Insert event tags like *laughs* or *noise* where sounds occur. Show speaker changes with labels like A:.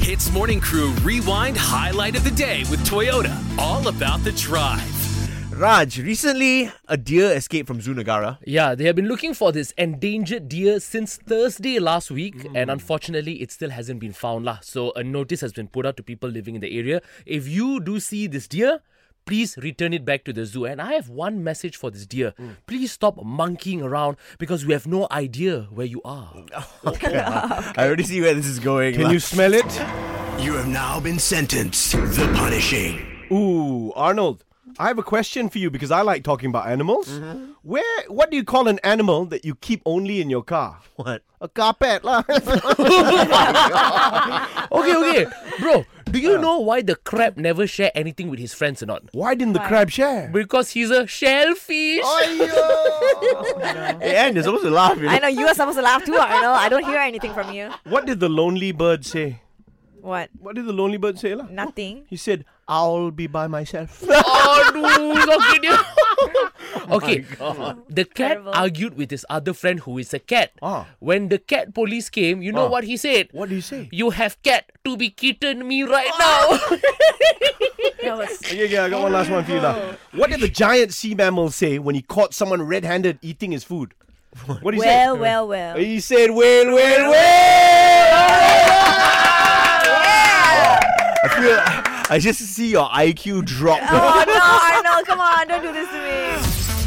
A: Hits Morning Crew Rewind Highlight of the Day with Toyota. All about the drive.
B: Raj, recently a deer escaped from Zunagara.
C: Yeah, they have been looking for this endangered deer since Thursday last week, and unfortunately, it still hasn't been found. Lah. So, a notice has been put out to people living in the area. If you do see this deer, please return it back to the zoo. And I have one message for this deer please stop monkeying around because we have no idea where you are.
B: I already see where this is going.
D: Can
B: lah.
D: you smell it?
E: You have now been sentenced. The punishing.
D: Ooh, Arnold, I have a question for you because I like talking about animals. Where, what do you call an animal that you keep only in your car?
B: *laughs* What?
D: A carpet lah.
C: *laughs* Okay, okay, bro, do you know why the crab never share anything with his friends or not?
D: Why didn't the crab share?
C: Because he's a shellfish.
B: Hey, Anne, you're supposed to laugh. You know?
F: I know you are supposed to laugh too, Arnold. I don't hear anything from you.
D: What did the lonely bird say?
F: What?
D: What did the lonely bird say lah?
F: Nothing.
D: He said, "I'll be by myself."
C: Aduh, sakit
D: *laughs*
C: dia.
D: Oh
C: Okay, the cat
F: Terrible.
C: argued with his other friend who is a cat.
D: Ah.
C: When the cat police came, you know
D: Ah.
C: what he said?
D: what did he say?
C: You have cat to be kitten me right now.
F: *laughs* That was
D: Okay, okay, I got one last one for you lah. What did the giant sea mammal say when he caught someone red-handed eating his food? What did he say?
F: well, well, well.
D: He said, "Whale, whale, whale!"
B: I feel. I just see your IQ drop.
F: Oh no, Arnold, come on, don't do this to me.